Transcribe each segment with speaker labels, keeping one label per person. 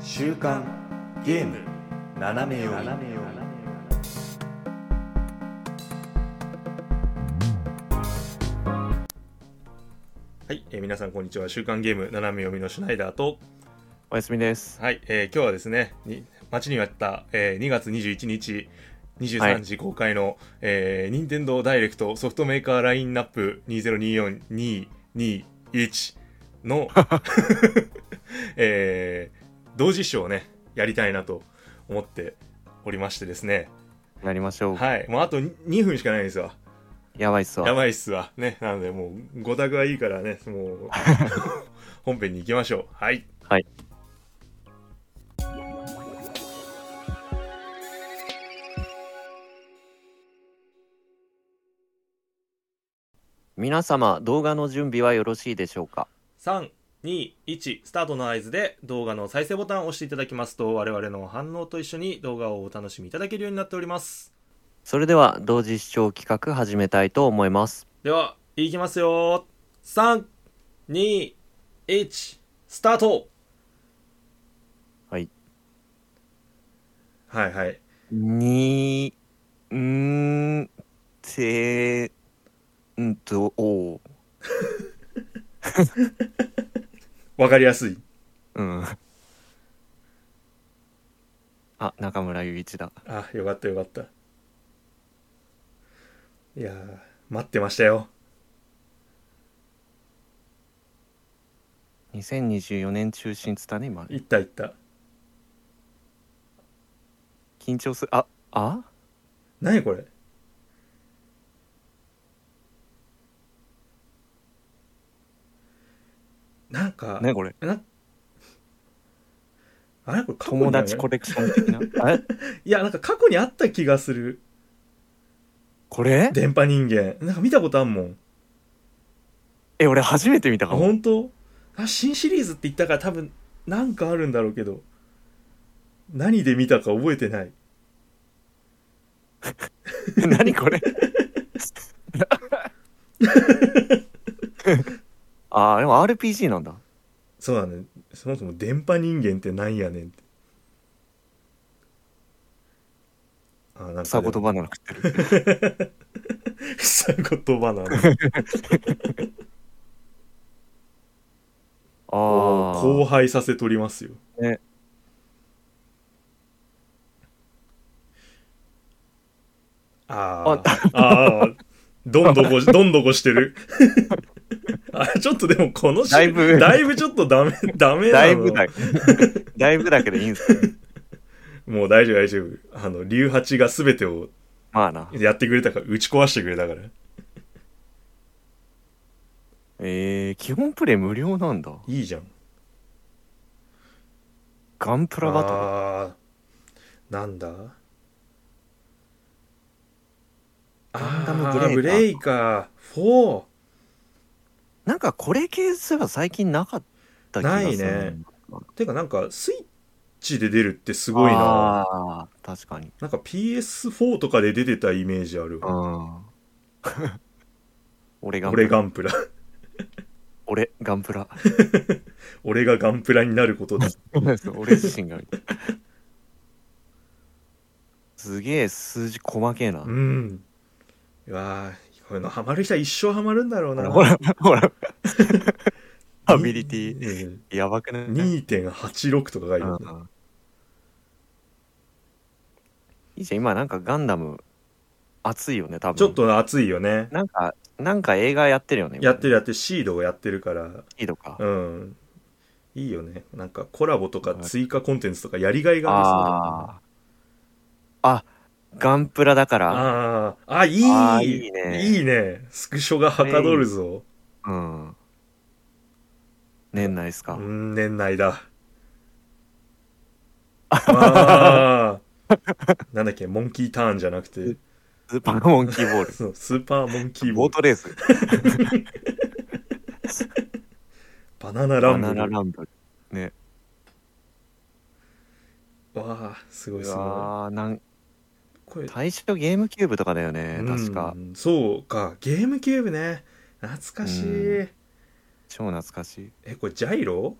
Speaker 1: 週刊ゲーム斜め読みはい、えー皆さんこんにちは週刊ゲーム斜め読みのシュナイダーと
Speaker 2: おやすみです。
Speaker 1: はい、えー今日はですねに待ちに待った、えー2月21日23時公開の、えー、任天堂ダイレクトソフトメーカーラインナップ2024221の、 えー同時視聴をねやりたいなと思っておりましてですね
Speaker 2: なりましょう。
Speaker 1: はいもうあと2分しかないんですわ
Speaker 2: やばいっす
Speaker 1: や
Speaker 2: わ。
Speaker 1: ばいっすわねなのでもうごたくはいいからねもう本編に行きましょうはい
Speaker 2: はい皆様、動画の準備はよろしいでしょうか
Speaker 1: 321スタートの合図で動画の再生ボタンを押していただきますと我々の反応と一緒に動画をお楽しみいただけるようになっております
Speaker 2: それでは、同時視聴企画始めたいと思います。
Speaker 1: ではいきますよ321スタート
Speaker 2: はい。
Speaker 1: はいはい
Speaker 2: にー、んー、てー、んと、おー。
Speaker 1: わかりやすい
Speaker 2: うん。 あ、中村雄一だ。
Speaker 1: あよかったよかったいやー待ってましたよ
Speaker 2: 2024年中心つったね、今。
Speaker 1: いったいった
Speaker 2: 緊張する。あ、あ
Speaker 1: 何これなんか、
Speaker 2: ねこれ。
Speaker 1: なあれこれ過去にあ
Speaker 2: 友
Speaker 1: る
Speaker 2: 達コレクション的 な。え
Speaker 1: いやなんか過去にあった気がする
Speaker 2: これ
Speaker 1: 電波人間なんか見たことあんもん
Speaker 2: え、俺初めて見た
Speaker 1: あ
Speaker 2: かも。
Speaker 1: 本当あ新シリーズって言ったから多分なんかあるんだろうけど何で見たか覚えてない
Speaker 2: 何これ あー、でも RPG なんだ。
Speaker 1: そうだねそもそも電波人間ってなんやねんってあなん
Speaker 2: 草
Speaker 1: かで
Speaker 2: 言
Speaker 1: も
Speaker 2: 葉なの食ってる。
Speaker 1: 草言葉 なの
Speaker 2: あ
Speaker 1: 後
Speaker 2: ー。
Speaker 1: 輩させとりますよ
Speaker 2: ね
Speaker 1: あーあーどんど こどんどこしてる あちょっとでもこのし
Speaker 2: だいぶ
Speaker 1: だいぶちょっとダメダメなの
Speaker 2: だいぶだけ。 だいぶだけでいいんすかね
Speaker 1: もう大丈夫大丈夫あの龍八が全てを
Speaker 2: まあな。
Speaker 1: やってくれたから打ち壊してくれたから
Speaker 2: えー、基本プレイ無料なんだ。
Speaker 1: いいじゃん
Speaker 2: ガンプラバト
Speaker 1: あーなんだ
Speaker 2: ガンダム
Speaker 1: あーブ
Speaker 2: ブ
Speaker 1: レ
Speaker 2: レ
Speaker 1: イカー4
Speaker 2: ル。なんかこれ系すれば最近なかった気がす
Speaker 1: な
Speaker 2: る。
Speaker 1: いね。てかなんかスイッチで出るってすごいな。
Speaker 2: あー確かに。
Speaker 1: なんか PS4 とかで出てたイメージあるわ
Speaker 2: うん。 俺が、
Speaker 1: 俺ガンプラ
Speaker 2: 俺、ガンプラ。
Speaker 1: 俺がガンプラになることだ
Speaker 2: 俺自身が。すげえ数字細けえな
Speaker 1: う。んいやーこういうのハマる人は一生ハマるんだろうな
Speaker 2: ほら、ほら。アビリティ、
Speaker 1: ィ
Speaker 2: やばくない
Speaker 1: 2.86とかがいるんだ
Speaker 2: うんいいじゃん、今なんかガンダム、熱いよね、多分。
Speaker 1: ちょっ。と熱いよね
Speaker 2: なんか、なんか映画やってるよね。
Speaker 1: やって
Speaker 2: る。
Speaker 1: るやってるシードがやってるから
Speaker 2: いいのか。
Speaker 1: うんいいよねなんかコラボとか追加コンテンツとかやりがいがありそうだな
Speaker 2: ああ。あ、ガンプラだから。
Speaker 1: あーあいい
Speaker 2: あーいいね
Speaker 1: いいねスクショがはかどるぞ
Speaker 2: うん。年内っすか。
Speaker 1: うん年内 だあーなんだっけモンキーターンじゃなくて
Speaker 2: スーパーモンキーボール。
Speaker 1: そうスーパーモンキーボー
Speaker 2: ボー
Speaker 1: ル
Speaker 2: トレース。
Speaker 1: バナナラ
Speaker 2: バ
Speaker 1: ンブ
Speaker 2: ナ
Speaker 1: ル
Speaker 2: ナランブル。
Speaker 1: わあすごいうすご
Speaker 2: わーなん
Speaker 1: いこれ
Speaker 2: 最初ゲームキューブとかだよね、確か
Speaker 1: う。んそうかゲームキューブね懐かしい、
Speaker 2: うん超懐かしい。
Speaker 1: えこれジャイロ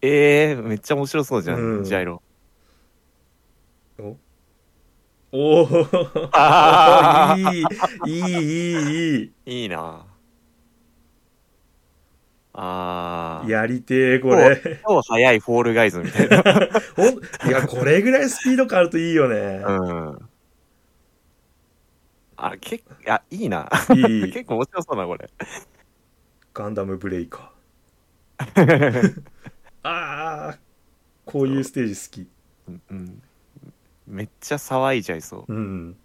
Speaker 2: えー、めっちゃ面白そうじゃん、
Speaker 1: うん
Speaker 2: ジャイロ。
Speaker 1: おお お
Speaker 2: あ
Speaker 1: いいいいいいいい
Speaker 2: ーいいなあー。
Speaker 1: やりてえこれ
Speaker 2: 超速いフォールガイズみたい な。
Speaker 1: ほんいやこれぐらいスピード感あるといいよね、
Speaker 2: うん。あ、けあ、いいな。
Speaker 1: いいいい
Speaker 2: 結構面白そうな、これ。
Speaker 1: ガンダムブレイカ ーあーこういうステージ好き
Speaker 2: うんうんめっちゃ騒いじゃいそ
Speaker 1: うん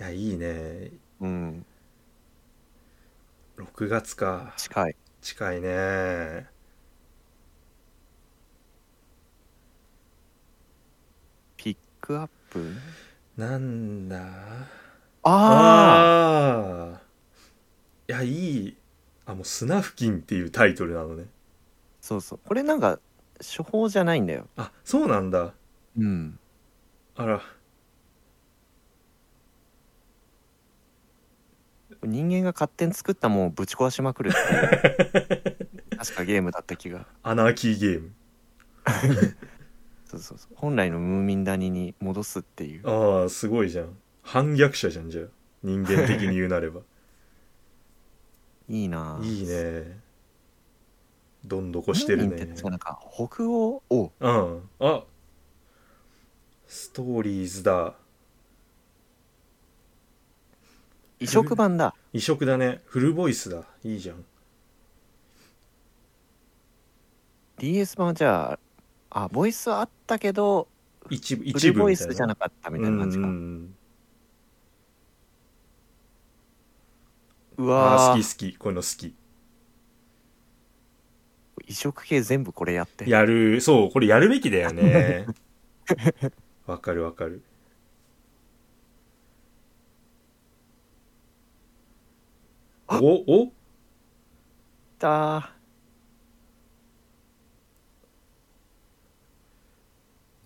Speaker 1: いやいいね
Speaker 2: う。うん。
Speaker 1: 6月か
Speaker 2: 近い。
Speaker 1: 近いね
Speaker 2: ピックアップ
Speaker 1: なんだ
Speaker 2: あ
Speaker 1: ああいやいいあもう「砂付近」っていうタイトルなのね
Speaker 2: あそうそう。これなんか、処方じゃないんだよ。
Speaker 1: あそうなんだ
Speaker 2: うん。
Speaker 1: あら
Speaker 2: 人間が勝手に作ったもんをぶち壊しまくるって いう確かゲームだった気が。
Speaker 1: アナーキーゲーム
Speaker 2: そうそうそう。本来のムーミン谷に戻すっていう。
Speaker 1: ああすごいじゃん反逆者じゃんじゃあ人間的に言うなれ ば
Speaker 2: いいない
Speaker 1: いねどんどこ
Speaker 2: ム
Speaker 1: して
Speaker 2: ーミ
Speaker 1: る
Speaker 2: ンって
Speaker 1: ね
Speaker 2: 確かなんか、北欧を、
Speaker 1: うんあストーリーズだ
Speaker 2: 移植版だ。
Speaker 1: 異色だねフルボイスだいいじゃん
Speaker 2: DS 版はじゃあ、あ、ボイスはあったけど、
Speaker 1: 一部
Speaker 2: フ
Speaker 1: 一
Speaker 2: ル
Speaker 1: 部
Speaker 2: ボイ
Speaker 1: みたい
Speaker 2: スじゃ
Speaker 1: な
Speaker 2: なかったみたいな感じか。
Speaker 1: う
Speaker 2: うん
Speaker 1: うんあー
Speaker 2: わー
Speaker 1: 好き好きこういうの好き
Speaker 2: 移植系全部これやっ て。
Speaker 1: やるそうこれやるべきだよ ねわかるわかる
Speaker 2: あ
Speaker 1: おお
Speaker 2: ったー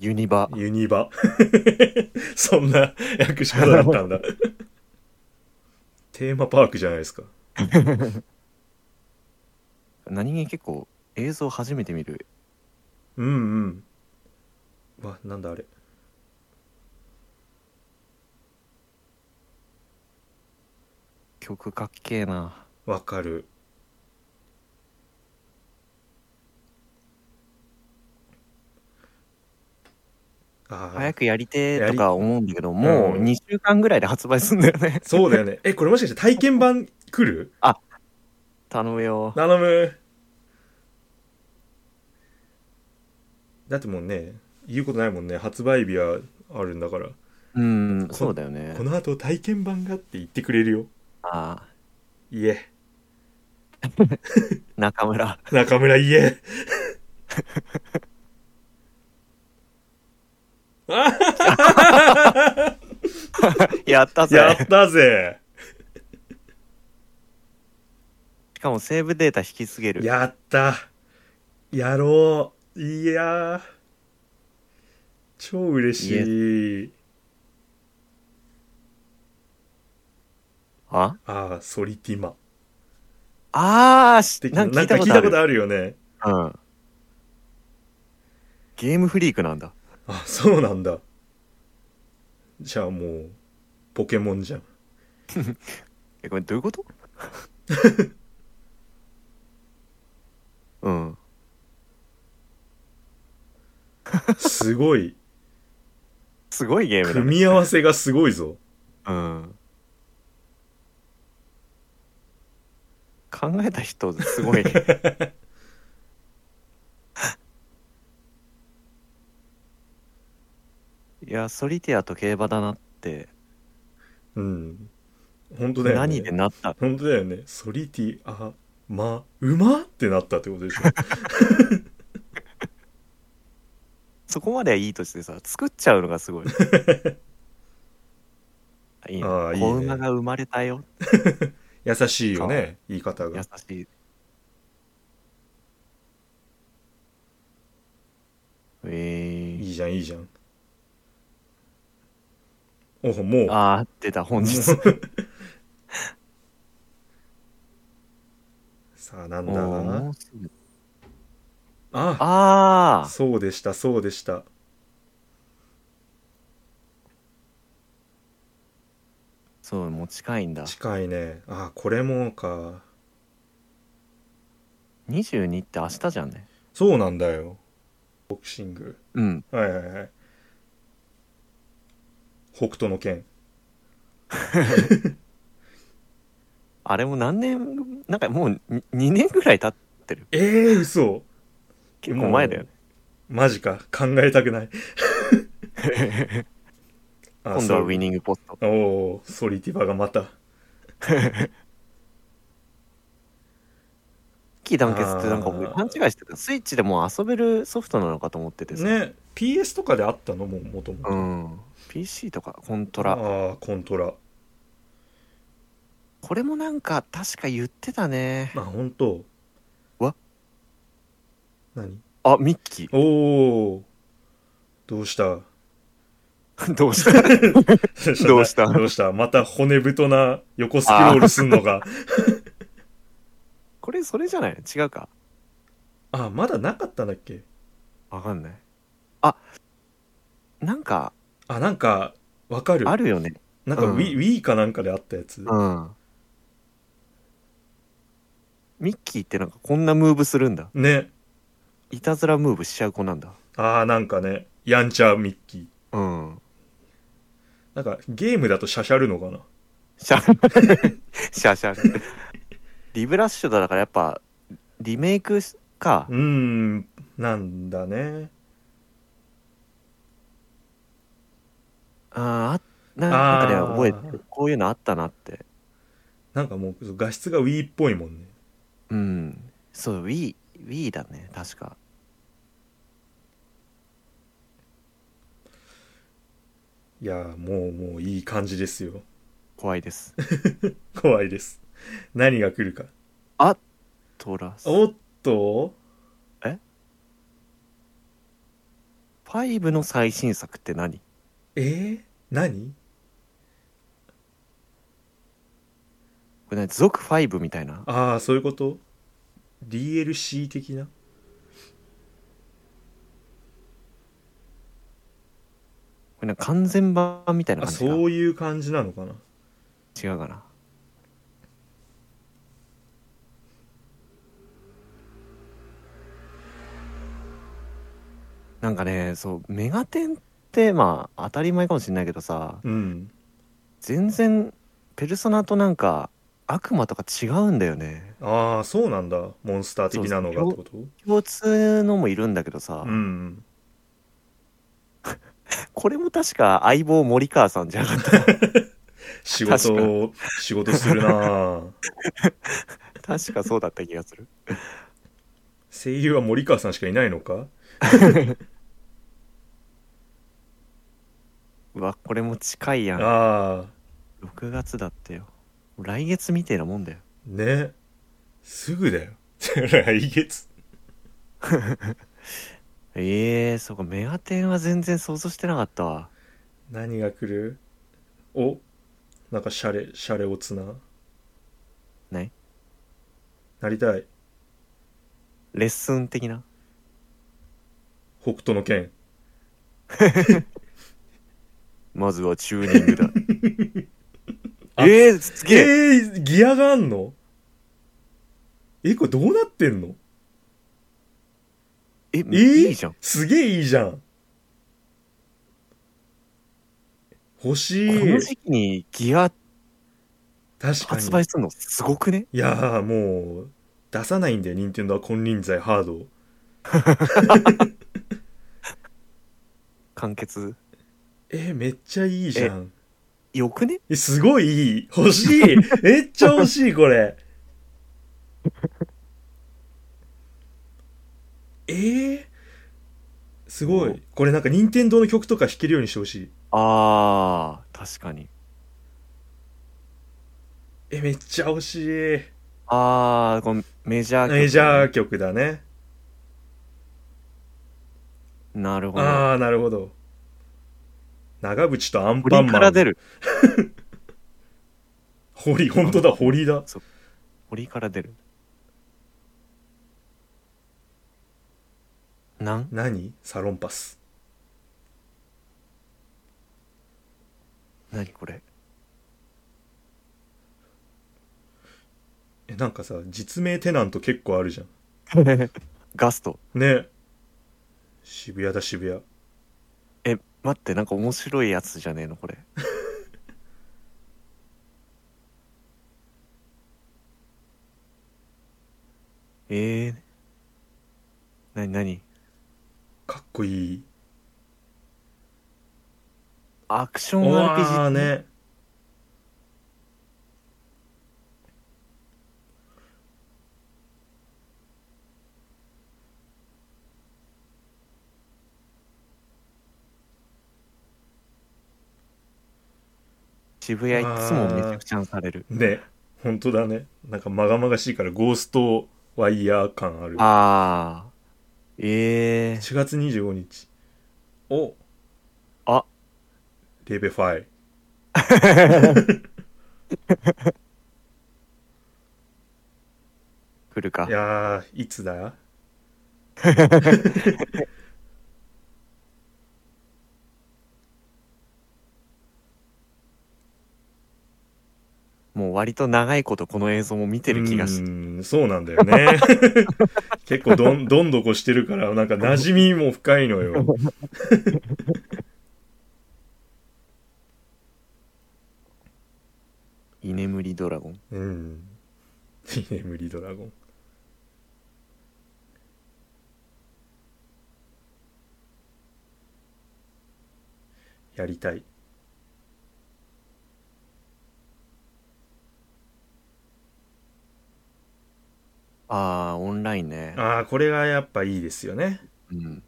Speaker 2: ユニバ
Speaker 1: ユニバ そんな訳し方だったんだテーマパークじゃないですか
Speaker 2: 何気に結構映像初めて見る
Speaker 1: うんうんわなんだあれ
Speaker 2: 曲かっけえな
Speaker 1: わかるああ
Speaker 2: 早くやりてーと
Speaker 1: や
Speaker 2: か思うんだけどもう2週間ぐらいで発売すんだよね
Speaker 1: そうだよねえこれもしかして体験版来る
Speaker 2: 頼むよ
Speaker 1: 頼むだってもうね言うことないもんね発売日はあるんだから
Speaker 2: うんそうだよね
Speaker 1: この後体験版がって言ってくれるよ
Speaker 2: あ
Speaker 1: いえ
Speaker 2: ー中村
Speaker 1: 中村いえ
Speaker 2: やった
Speaker 1: やっ
Speaker 2: ぜ
Speaker 1: たぜ
Speaker 2: しかもセーブデータ引きすぎる
Speaker 1: やったやろういやー超嬉しい
Speaker 2: あ
Speaker 1: ああソリティマ
Speaker 2: あー
Speaker 1: 的
Speaker 2: しな
Speaker 1: なんな
Speaker 2: か
Speaker 1: んか
Speaker 2: 聞
Speaker 1: 聞い
Speaker 2: いた
Speaker 1: たこ
Speaker 2: こ
Speaker 1: ととあ
Speaker 2: ある
Speaker 1: るよね
Speaker 2: うんゲームフリークなんだ
Speaker 1: あそうなんだじゃあもうポケモンじゃん
Speaker 2: えこれどういうこと うん
Speaker 1: すご い
Speaker 2: すごいゲームだね
Speaker 1: 組み合わせがすごいぞ
Speaker 2: うん考えた人すごいね いやソリティアと競馬だなって、
Speaker 1: うん本当だよね
Speaker 2: 何でなった
Speaker 1: 本当だよねソリティあま馬ってなったってことでし ょ
Speaker 2: そこまではいいとしてさ作っちゃうの がすごいいいね
Speaker 1: ああいいね
Speaker 2: 子馬が生まれたよ
Speaker 1: 優しいよね言い方
Speaker 2: 優
Speaker 1: が
Speaker 2: しいえ
Speaker 1: いいじゃんいいじゃんおほもう
Speaker 2: ー、ああ出た本日
Speaker 1: さあなん
Speaker 2: もうも
Speaker 1: だ
Speaker 2: うすぐ
Speaker 1: あ
Speaker 2: あ
Speaker 1: そうでしたそうでした
Speaker 2: あ、そう、もう近いんだ。
Speaker 1: 近いねあこれもか
Speaker 2: 22って明日じゃんね。
Speaker 1: そうなんだよボクシング
Speaker 2: うん。
Speaker 1: はいはいはい北斗の拳
Speaker 2: あれも何年、なんかもうに2年ぐらい経っ
Speaker 1: えー、嘘
Speaker 2: 結構前だよね。
Speaker 1: マジか考えたく ないあ
Speaker 2: 今度
Speaker 1: そ
Speaker 2: は
Speaker 1: う
Speaker 2: ウィニングポスト。
Speaker 1: おおーソリティバがまた
Speaker 2: キー団結ってなんか僕勘違いしてた。スイッチでもう遊べるソフトなのかと思っててさ。
Speaker 1: ね PS とかであったのももともと
Speaker 2: うん。PC とかコント
Speaker 1: あ
Speaker 2: ラ。
Speaker 1: あコントラ
Speaker 2: これもなんか確か言ってたね。
Speaker 1: あ本当
Speaker 2: わ
Speaker 1: 何
Speaker 2: あ、ミッキ
Speaker 1: おおどうした
Speaker 2: ー。 どうしたどうし た
Speaker 1: どうしたまた骨太な横スクロールすんのが
Speaker 2: これそれじゃない違うか。
Speaker 1: あまだなかったんだっけ
Speaker 2: わかんない。あ、なんか
Speaker 1: あなんかわかる
Speaker 2: あるよね。
Speaker 1: なんか
Speaker 2: うん
Speaker 1: Wii,、Wii かなんかであったやつ、
Speaker 2: うん。ミッキーってなんかこんなムーブするんだ。
Speaker 1: ね
Speaker 2: いたずらムーブしちゃう子なんだ。
Speaker 1: ああなんかねやんちゃミッキー
Speaker 2: うん。
Speaker 1: なんかゲームだとシャシャるのかな
Speaker 2: シャ シャシャ。リブラッシュだからやっぱリメイクか
Speaker 1: う。ーんなんだね
Speaker 2: あーあななんかね
Speaker 1: あー
Speaker 2: 覚えてるこういうのあったなって。
Speaker 1: なんかもう画質が Wii っぽいもんね
Speaker 2: うん。そう、Wii、Wii だね、確か。
Speaker 1: いやーもうもういい感じですよ
Speaker 2: 怖 いです。
Speaker 1: 怖いです何が来るか
Speaker 2: あトラス。
Speaker 1: おっと
Speaker 2: 5の最新作って何
Speaker 1: えー、何
Speaker 2: これね、続5みたいな。
Speaker 1: ああそういうこと DLC 的な
Speaker 2: これね、完全版みたい
Speaker 1: あ
Speaker 2: な感じか。
Speaker 1: そういう感じなのかな
Speaker 2: 違うかな。なんかね、そう、メガテンって、まあ、当たり前かもしれないけどさ、
Speaker 1: うん
Speaker 2: 全然、ペルソナとなんか、悪魔とか違うんだよね。
Speaker 1: ああそうなんだモンスター的なのがってこと
Speaker 2: 共通のもいるんだけどさ、
Speaker 1: うん
Speaker 2: これも確か相棒森川さんじゃなかった。
Speaker 1: 仕
Speaker 2: 確か
Speaker 1: 事仕事するなあ
Speaker 2: 確かそうだった気がする。
Speaker 1: 声優は森川さんしかいないのか
Speaker 2: うわ、これも近いやん。
Speaker 1: ああ
Speaker 2: 6月だってよ。来月みてえなもんだよ。
Speaker 1: ねすぐだよ来月
Speaker 2: ええそうか、メガテンは全然想像してなかったわ。
Speaker 1: 何が来るおなんかシャレシャレオツな
Speaker 2: 何
Speaker 1: なりたい
Speaker 2: レッスン的な。
Speaker 1: 北斗の拳。
Speaker 2: まずはチューニングだ
Speaker 1: あ
Speaker 2: ええす
Speaker 1: え
Speaker 2: げえ、
Speaker 1: ー、ギアがあんのえこれどうなってんの
Speaker 2: え、
Speaker 1: えー
Speaker 2: いいじゃん。
Speaker 1: すげえいいじゃん欲し
Speaker 2: こ
Speaker 1: い
Speaker 2: の時期にギア
Speaker 1: 確かに
Speaker 2: 発売するのすごくね
Speaker 1: いやーもう出さないんだよ任天堂は金輪際ハードを
Speaker 2: 完結。
Speaker 1: えーめっちゃいいじゃん
Speaker 2: よくね
Speaker 1: えすごいいい欲し いめっちゃ欲しいこれえー、すご
Speaker 2: お
Speaker 1: いこれなんか任天堂の曲とか弾けるようにしてほしい
Speaker 2: あー、確かに。
Speaker 1: えめっちゃ欲しい
Speaker 2: あー、このメジャー曲
Speaker 1: メジャー曲だね
Speaker 2: なるほど。
Speaker 1: ああなるほど長渕とアン
Speaker 2: こ
Speaker 1: パ
Speaker 2: れ
Speaker 1: ン
Speaker 2: か
Speaker 1: マ
Speaker 2: ら
Speaker 1: ン
Speaker 2: 出る。
Speaker 1: 堀本当だ堀だ
Speaker 2: 堀から出る。なん
Speaker 1: 何サロンパス
Speaker 2: なに これ
Speaker 1: えなんかさ実名テナント結構あるじゃ
Speaker 2: ガスト。
Speaker 1: んね渋谷だ渋谷
Speaker 2: え、待って、なんか面白いやつじゃねえの、これ。えー、なになに
Speaker 1: かっこいい
Speaker 2: アクション
Speaker 1: おわ
Speaker 2: RPG
Speaker 1: ーね
Speaker 2: 渋谷いつもめちゃくちゃにされる
Speaker 1: ね本当だねなんかまがまがしいからゴーストワイヤー感ある
Speaker 2: ああええー、
Speaker 1: 4月25日お
Speaker 2: あ
Speaker 1: レベファイ
Speaker 2: 来るか
Speaker 1: いやーいつだ
Speaker 2: もう割と長いことこの映像も見てる気がし
Speaker 1: うーんそうなんだよね 結構どんどんどこしてるからなんか馴染みも深いの よ
Speaker 2: 居眠りドラゴン
Speaker 1: うん「居眠りドラゴン」やりたい
Speaker 2: ああオンラインね
Speaker 1: ああこれがやっぱいいですよね
Speaker 2: うん、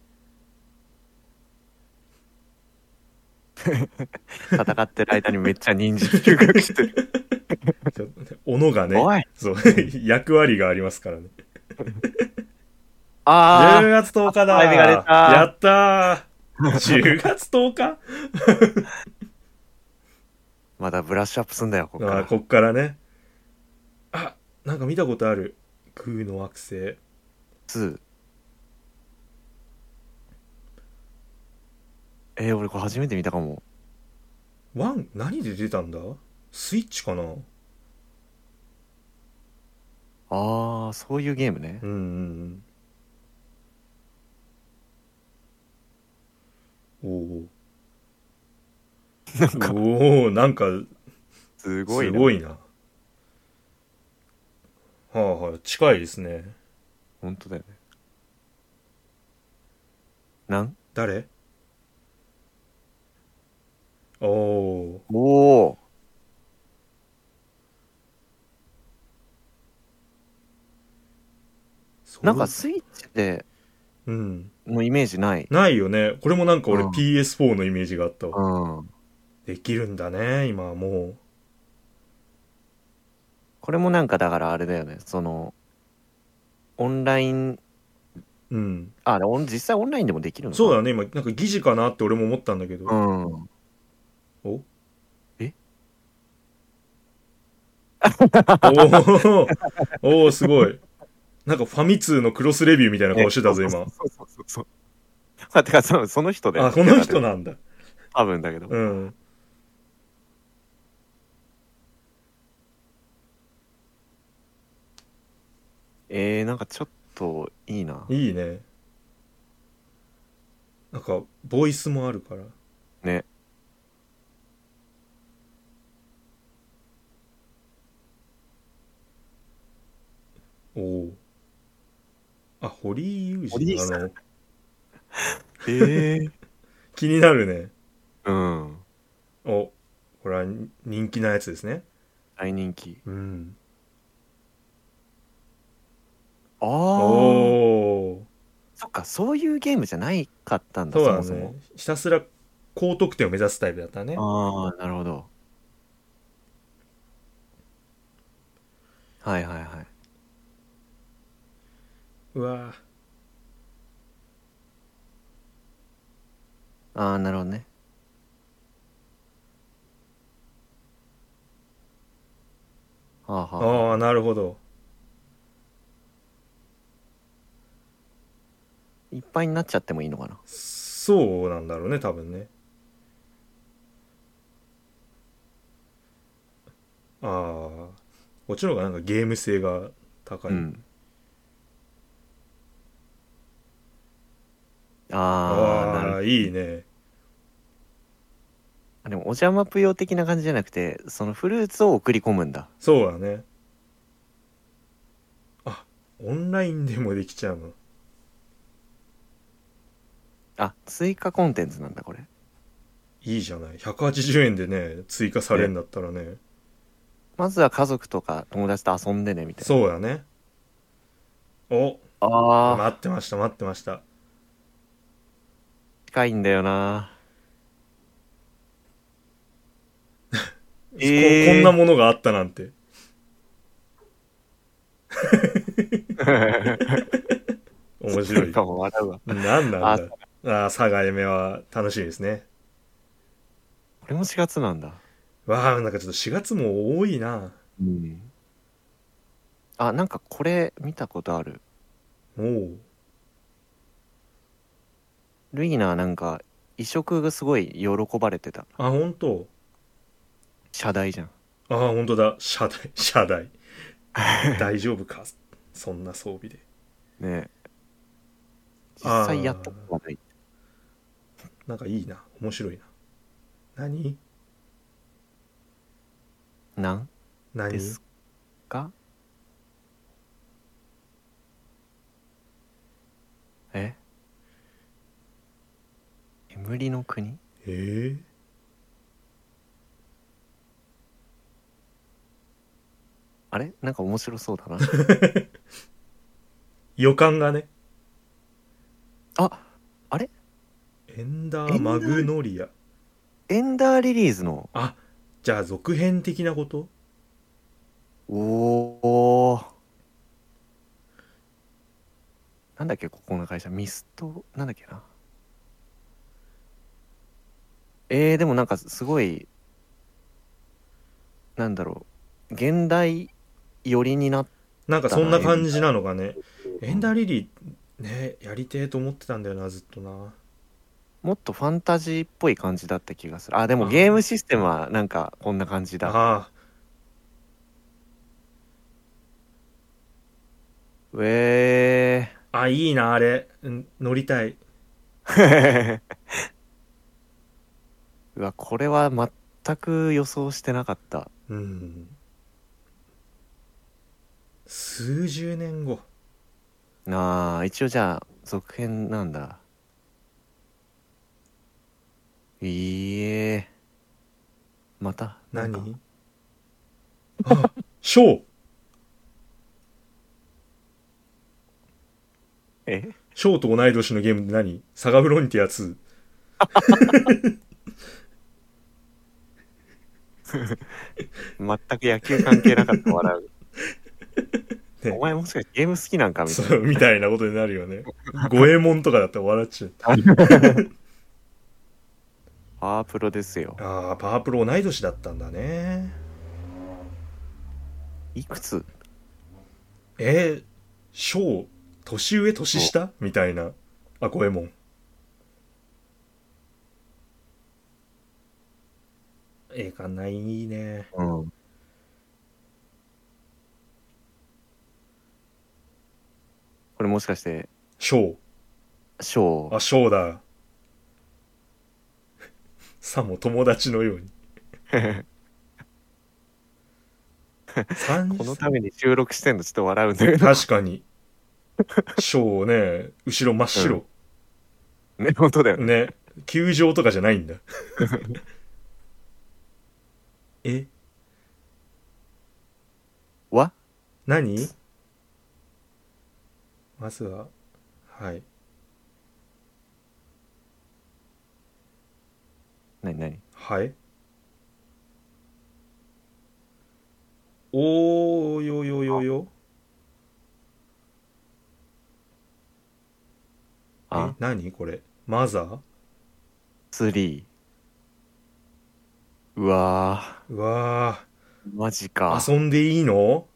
Speaker 2: 戦ってる間にめっちゃ人参収穫してる。
Speaker 1: ちょ斧がね
Speaker 2: おい
Speaker 1: そう 役割がありますからね
Speaker 2: あ
Speaker 1: 10月10日だ
Speaker 2: あ指が出た
Speaker 1: やったー10月10日
Speaker 2: ー まだブラッシュアップすんだよ、ここか
Speaker 1: ああ
Speaker 2: ら。
Speaker 1: こっからねあなんか見たことある空の惑星
Speaker 2: 2えー、俺これ初めて見たかも。
Speaker 1: ワン何で出たんだスイッチかな
Speaker 2: ああ、そういうゲームね
Speaker 1: う。んうんうんおおおおなんか
Speaker 2: すごい
Speaker 1: す
Speaker 2: な。
Speaker 1: ごいなはあはあ近いですね
Speaker 2: 本当だよね。なん
Speaker 1: 誰おお
Speaker 2: おお
Speaker 1: そ
Speaker 2: ー。なんかスイッチで
Speaker 1: うん
Speaker 2: のイメージない。
Speaker 1: ないよねこれもなんか俺
Speaker 2: うん
Speaker 1: PS4 のイメージがあったわ
Speaker 2: うん。
Speaker 1: できるんだね今はも
Speaker 2: これもなんかだからあれだよねそのオンライン
Speaker 1: ううん
Speaker 2: あオン実際オンラインでもできるのか
Speaker 1: そうだね今なんか疑似かなって俺も思ったんだけど、
Speaker 2: うん
Speaker 1: お
Speaker 2: え
Speaker 1: おーおーすごいなんかファミ通のクロスレビューみたいな顔して たぞ今
Speaker 2: そうそうそうそうあてかそのその人だよ
Speaker 1: あこの人なんだ
Speaker 2: 多分だけど、
Speaker 1: うん
Speaker 2: えー、なんかちょっといいない
Speaker 1: いねなんかボイスもあるから
Speaker 2: ね
Speaker 1: おおあ堀井雄
Speaker 2: 堀
Speaker 1: 二
Speaker 2: 井さ
Speaker 1: あ
Speaker 2: ん
Speaker 1: の
Speaker 2: えー、
Speaker 1: 気になるね
Speaker 2: うん
Speaker 1: おこれは人気なやつですね
Speaker 2: 大人気
Speaker 1: うん
Speaker 2: あ
Speaker 1: お
Speaker 2: あ
Speaker 1: お
Speaker 2: そっかそういうゲームじゃないかったんだ
Speaker 1: そうだ
Speaker 2: そ
Speaker 1: ね
Speaker 2: もそも
Speaker 1: ひたすら高得点を目指すタイプだったね
Speaker 2: ああなるほどはいはいはいう
Speaker 1: わ
Speaker 2: ああなるほどねはあはあ
Speaker 1: ああなるほど
Speaker 2: いっぱいになっちゃってもいいのかな
Speaker 1: そうなんだろうね多分ねああこっちの方がなんかゲーム性が高い、
Speaker 2: うんああなる
Speaker 1: ああいいね
Speaker 2: あでもお邪魔ぷよ的な感じじゃなくてそのフルーツを送り込むんだ
Speaker 1: そうだねあオンラインでもできちゃうの
Speaker 2: あ追加コンテンツなんだこれ
Speaker 1: いいじゃない180円でね追加されるんだったらね
Speaker 2: まずは家族とか友達と遊んでねみたいな
Speaker 1: そうだねお
Speaker 2: あー
Speaker 1: 待ってました待ってました
Speaker 2: 近いんだ よな
Speaker 1: ここん なものがあったなんて面白い
Speaker 2: かも笑うわ
Speaker 1: なんなんだあー佐賀夢は楽しいですね
Speaker 2: これも4月なんだ
Speaker 1: わあなんかちょっと4月も多いな
Speaker 2: うんあなんかこれ見たことある
Speaker 1: おう
Speaker 2: ルイナなんか移植がすごい喜ばれてた
Speaker 1: あ本当
Speaker 2: 謝罪じゃん
Speaker 1: ああ本当だ謝 罪謝罪大丈夫かそんな装備で
Speaker 2: ね実
Speaker 1: あー
Speaker 2: 際やったことはない
Speaker 1: なんかいいな面白いな何
Speaker 2: なん
Speaker 1: 何
Speaker 2: ですかえ煙の国
Speaker 1: え
Speaker 2: あれなんか面白そうだな
Speaker 1: ー、予感がね
Speaker 2: ああれ
Speaker 1: エンダーマグノリア
Speaker 2: エンダーリリーズの
Speaker 1: あじゃあ続編的なこと
Speaker 2: おおなんだっけここの会社ミストなんだっけなえー、でもなんかすごいなんだろう現代寄りになっ
Speaker 1: なんかそんな感じなのかねエンダーリリーねやりてえと思ってたんだよなずっとな
Speaker 2: もっとファンタジーっぽい感じだった気がするあで
Speaker 1: あ
Speaker 2: も
Speaker 1: ー
Speaker 2: ゲームシステムはなんかこんな感じだ
Speaker 1: ああ
Speaker 2: うえ
Speaker 1: あいいなあれうん乗りたい
Speaker 2: ーうわこれは全く予想してなかった
Speaker 1: うん数十年後
Speaker 2: ああ一応じゃあ続編なんだいいえまたなんか
Speaker 1: 何あショー
Speaker 2: え
Speaker 1: ショーと同い年のゲームって何サガフロンティア2
Speaker 2: 全く野球関係なかった笑 う、
Speaker 1: ね
Speaker 2: お前もしかしてゲーム好きなんかみたい
Speaker 1: そうみたいなことになるよね五右衛門とかだったら笑っちゃう
Speaker 2: なパワープロですよ
Speaker 1: ああパワープロ同い年だったんだね
Speaker 2: いくつ
Speaker 1: えー、ショー年上年下みたいなあ五右衛門ええかないいね
Speaker 2: うんこれもしかして
Speaker 1: ショ
Speaker 2: ショ
Speaker 1: ー
Speaker 2: ー
Speaker 1: あショーだ さも友達のよ うに三
Speaker 2: このために収録してんのちょっと笑うんだけど
Speaker 1: 確かにショーね後ろ真っ白、
Speaker 2: ね本当だよね
Speaker 1: ね球場とかじゃない んだえ
Speaker 2: わ
Speaker 1: 何まずははい
Speaker 2: 何何
Speaker 1: はいおーよよよよえ
Speaker 2: あ
Speaker 1: 何これマザー
Speaker 2: 3うわ
Speaker 1: うわ
Speaker 2: ーマジ
Speaker 1: ー
Speaker 2: か
Speaker 1: 遊んでいいの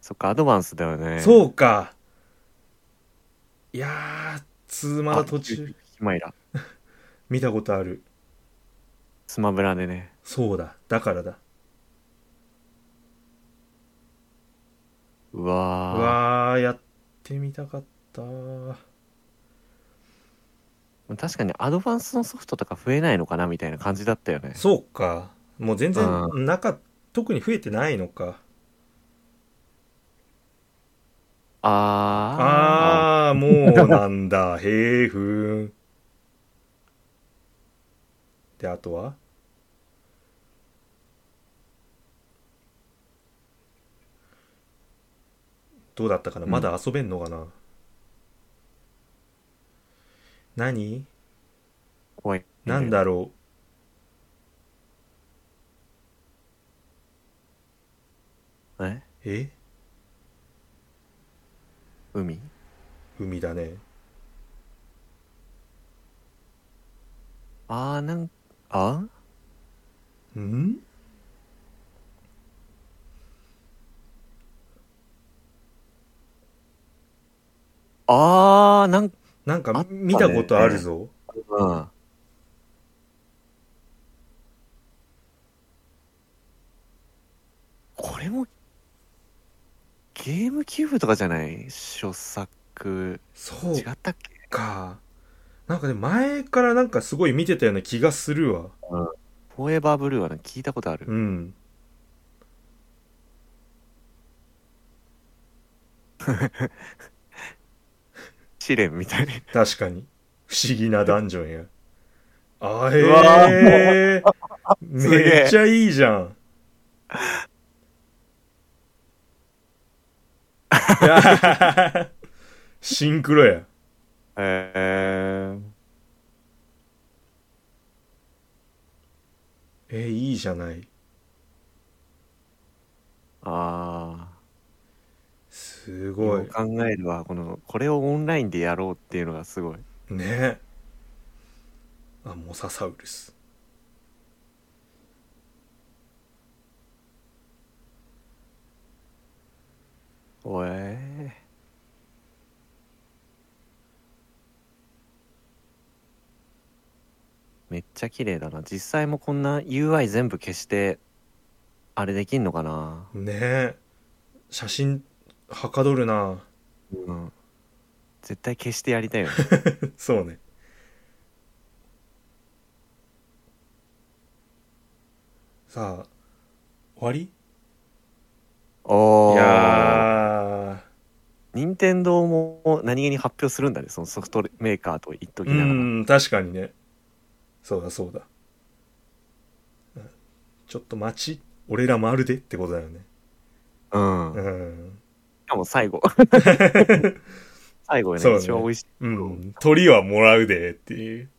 Speaker 2: そっかアドバンスだよね
Speaker 1: そうか。いいやーツーマラ途中
Speaker 2: ヒマイラ。
Speaker 1: 見たことある
Speaker 2: スマブラでね。
Speaker 1: そうだだからだ
Speaker 2: う
Speaker 1: う
Speaker 2: わー
Speaker 1: わーやってみたかった
Speaker 2: 確かにアドバンスのソフトとか増えないのかなみたいな感じだったよね。
Speaker 1: そうかもう全然
Speaker 2: う
Speaker 1: なか特に増えてないのかあ
Speaker 2: あ
Speaker 1: ーもうなんだへえふーんであとはどうだったかな、
Speaker 2: うん
Speaker 1: まだ遊べんのかな何
Speaker 2: ー怖い。
Speaker 1: なんだろ
Speaker 2: え
Speaker 1: うえ
Speaker 2: 海
Speaker 1: 海だね
Speaker 2: あーなんあ
Speaker 1: うん
Speaker 2: あーなん
Speaker 1: なんか
Speaker 2: あったね
Speaker 1: 見たことあるぞ、
Speaker 2: うん。これも、ゲームキューブとかじゃない初作。
Speaker 1: そう
Speaker 2: 違ったっけ
Speaker 1: かなんかね前からなんかすごい見てたような気がするわ
Speaker 2: フォーエバーブルーはね、聞いたことある。
Speaker 1: うん
Speaker 2: 試練みたいな。
Speaker 1: 確かに不思議なダンジョンやあ
Speaker 2: うわ
Speaker 1: へえ
Speaker 2: すげえ
Speaker 1: めっちゃいいじゃんいやシンクロや
Speaker 2: えー、
Speaker 1: えいいじゃない
Speaker 2: あ
Speaker 1: す
Speaker 2: ー。
Speaker 1: ご
Speaker 2: よ
Speaker 1: い
Speaker 2: く考えるわ。この、これをオンラインでやろうっていうのがすごい。
Speaker 1: ねあモササウルス
Speaker 2: おえめっちゃ綺麗だな実際もこんな UI 全部消してあれできんのかな、
Speaker 1: ねえ写真はかどるな
Speaker 2: うん、絶対消してやりた いよね
Speaker 1: そうねさあ終わり
Speaker 2: お
Speaker 1: い
Speaker 2: ー
Speaker 1: や
Speaker 2: 任天堂も何気に発表するんだねそのソフトメーカーと言っと
Speaker 1: ー
Speaker 2: きながら
Speaker 1: うん確かにねそうだそうだうんちょっと待ち俺らまるでってことだよね
Speaker 2: うん、
Speaker 1: う
Speaker 2: し
Speaker 1: ん、
Speaker 2: かも 最後最後
Speaker 1: そう
Speaker 2: ね
Speaker 1: ね
Speaker 2: 一番美味しい、
Speaker 1: うん、鳥はもらうでっていう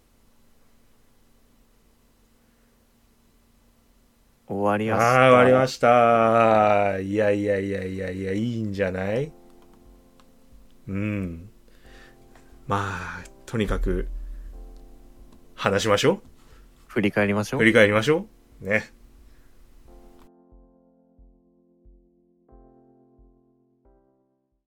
Speaker 2: 終わり
Speaker 1: あ
Speaker 2: ました
Speaker 1: あー終わりま
Speaker 2: し
Speaker 1: したいやいやいやいやいやいいんじゃないうんまあとにかく話しましょう
Speaker 2: 振り返りましょう
Speaker 1: 振り返りましょうね